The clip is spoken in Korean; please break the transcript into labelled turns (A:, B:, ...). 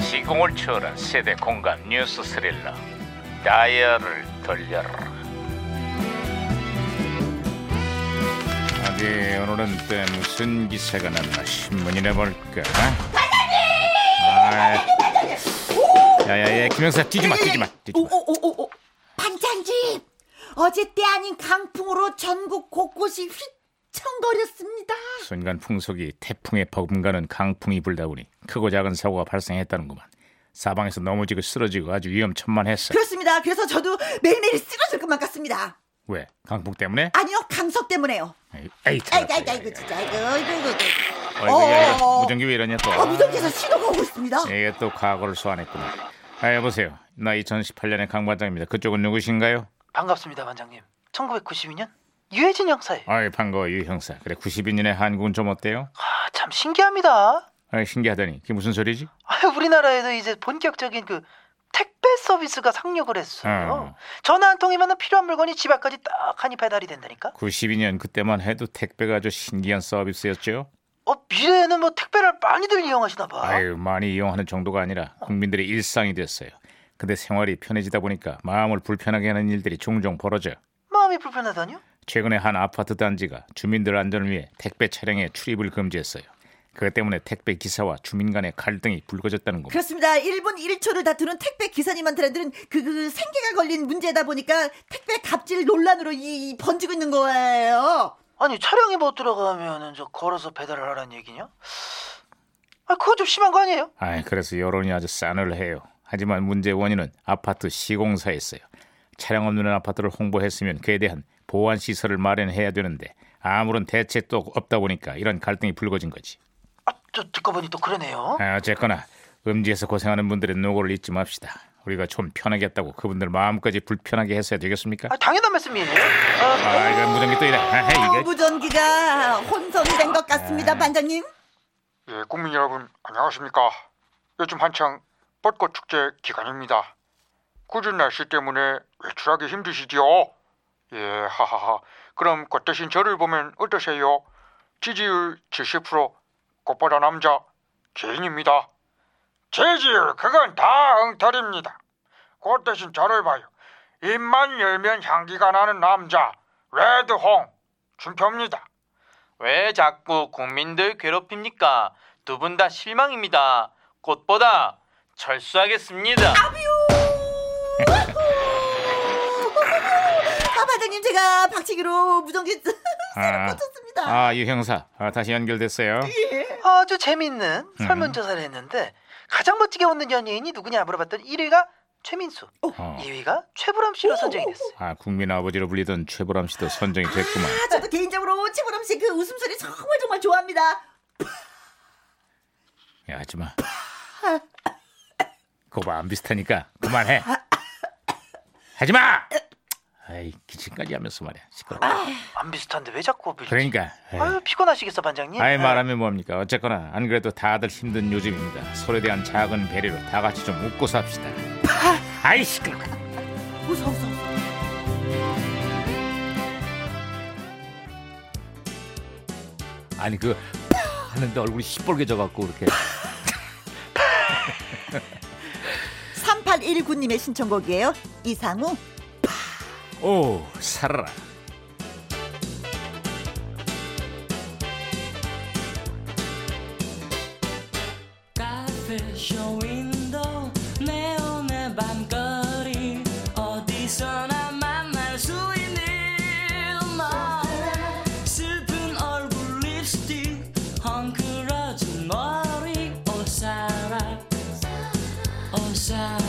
A: 시공을 초월한 세대 공감 뉴스 스릴러 다이얼을 돌려라 어디 오늘은 또 무슨 기사가 났나 신문이나 볼까 반장님 야야야 김영사 뛰지마 뛰지마
B: 어?
A: 뛰지마
B: 예, 오오오오 반장님 어제때 아닌 강풍으로 전국 곳곳이 휘청거렸습니다.
A: 순간 풍속이 태풍에 버금가는 강풍이 불다 보니 크고 작은 사고가 발생했다는구만 사방에서 넘어지고 쓰러지고 아주 위험천만했어
B: 그렇습니다. 그래서 저도 매일매일 쓰러질 것만 같습니다.
A: 왜 강풍 때문에?
B: 아니요 강석 때문에요.
A: 에이, 에이,
B: 아이고
A: 잘했다,
B: 아이고
A: 야,
B: 아이고
A: 야.
B: 진짜 아이고 아이고 아이고.
A: 어이구, 야, 이거
B: 어어어.
A: 무전기 왜 이러냐 또.
B: 어, 무전기에서 신호가 오고 있습니다.
A: 이게 또 과거를 소환했구나. 아 여보세요. 나 2018년의 강 반장입니다. 그쪽은 누구신가요?
C: 반갑습니다, 반장님. 1992년 유해진 형사예요.
A: 아이 반가워 유 형사. 그래 92년의 한국은 좀 어때요?
C: 아, 참 신기합니다.
A: 아 신기하다니. 그게 무슨 소리지?
C: 아, 우리나라에도 이제 본격적인 그 택배 서비스가 상륙을 했어요.
A: 아.
C: 전화 한 통이면 필요한 물건이 집 앞까지 딱하니 배달이 된다니까.
A: 92년 그때만 해도 택배가 아주 신기한 서비스였죠.
C: 어, 미래에는 뭐 택배를 많이들 이용하시나 봐.
A: 아유 많이 이용하는 정도가 아니라 국민들의 일상이 됐어요. 근데 생활이 편해지다 보니까 마음을 불편하게 하는 일들이 종종 벌어져.
C: 마음이 불편하다뇨?
A: 최근에 한 아파트 단지가 주민들 안전을 위해 택배 차량의 출입을 금지했어요. 그것 때문에 택배 기사와 주민 간의 갈등이 불거졌다는 겁니다.
B: 그렇습니다. 1분 1초를 다투는 택배 기사님한테는 그, 그 생계가 걸린 문제다 보니까 택배 갑질 논란으로 이, 이 번지고 있는 거예요.
C: 아니 차량이 못 들어가면은 저 걸어서 배달을 하라는 얘기냐? 아, 그거 좀 심한 거 아니에요?
A: 아, 그래서 여론이 아주 싸늘해요. 하지만 문제 원인은 아파트 시공사에 있어요. 차량 없는 아파트를 홍보했으면 그에 대한 보안 시설을 마련해야 되는데 아무런 대책도 없다 보니까 이런 갈등이 불거진 거지.
C: 아, 저 듣고 보니 또 그러네요.
A: 아, 어쨌거나 음지에서 고생하는 분들의 노고를 잊지 맙시다. 우리가 좀 편하겠다고 그분들 마음까지 불편하게 했어야 되겠습니까?
C: 아, 당연한 말씀이에요. 아,
A: 아, 이거 무전기 또 이래. 아,
B: 아우,
A: 이거
B: 무전기가 혼선된 것
A: 아.
B: 같습니다, 반장님.
D: 예, 국민 여러분 안녕하십니까? 요즘 한창 벚꽃 축제 기간입니다. 꾸준 날씨 때문에 외출하기 힘드시지요? 예, 하하하. 그럼 꽃 대신 저를 보면 어떠세요? 지지율 70%, 꽃보다 남자 제인입니다. 제지율 그건 다 엉터리입니다. 꽃 대신 저를 봐요. 입만 열면 향기가 나는 남자 레드홍 준표입니다.
E: 왜 자꾸 국민들 괴롭힙니까? 두 분 다 실망입니다. 꽃보다 철수하겠습니다.
B: 아, 반장님, 제가 박치기로 무전기 새로
A: 아.
B: 꽂혔습니다.
A: 아, 유 형사. 아, 다시 연결됐어요.
C: 아주 재미있는
A: 음.
C: 설문조사를 했는데 가장 멋지게 웃는 연예인이 누구냐 물어봤더니 1위가 최민수,
A: 어.
C: 2위가 최불암 씨로 선정이 됐어요.
A: 아, 국민 아버지로 불리던 최보람 씨도 선정이 됐구만.
B: 아, 저도 개인적으로 최보람 씨 그 웃음소리 정말 정말 좋아합니다.
A: 야, 하지 마. 그거 봐, 안 비슷하니까 그만해. 하지 마. 아이, 기침까지 하면서 말이야. 시끄러. 워
C: 안 비슷한데 왜 자꾸 빌리지?
A: 그러니까. 에이.
C: 아유 피곤하시겠어 반장님.
A: 아이 말하면 뭡니까? 어쨌거나 안 그래도 다들 힘든 요즘입니다. 서로에 대한 작은 배려로 다 같이 좀 웃고 삽시다. 아이 시끄러.
B: 웃어, 웃어. 웃어.
F: 아니 그 하는데 얼굴이 시뻘개져 갖고 이렇게
B: 3819님의 신청곡이에요. 이상우.
A: 오 살아라.
G: 카페쇼 윈도 네온의 밤거리 어디서나 만날 수 있는 너의 슬픈 얼굴 립스틱 헝클어진 머리 오사라 오사라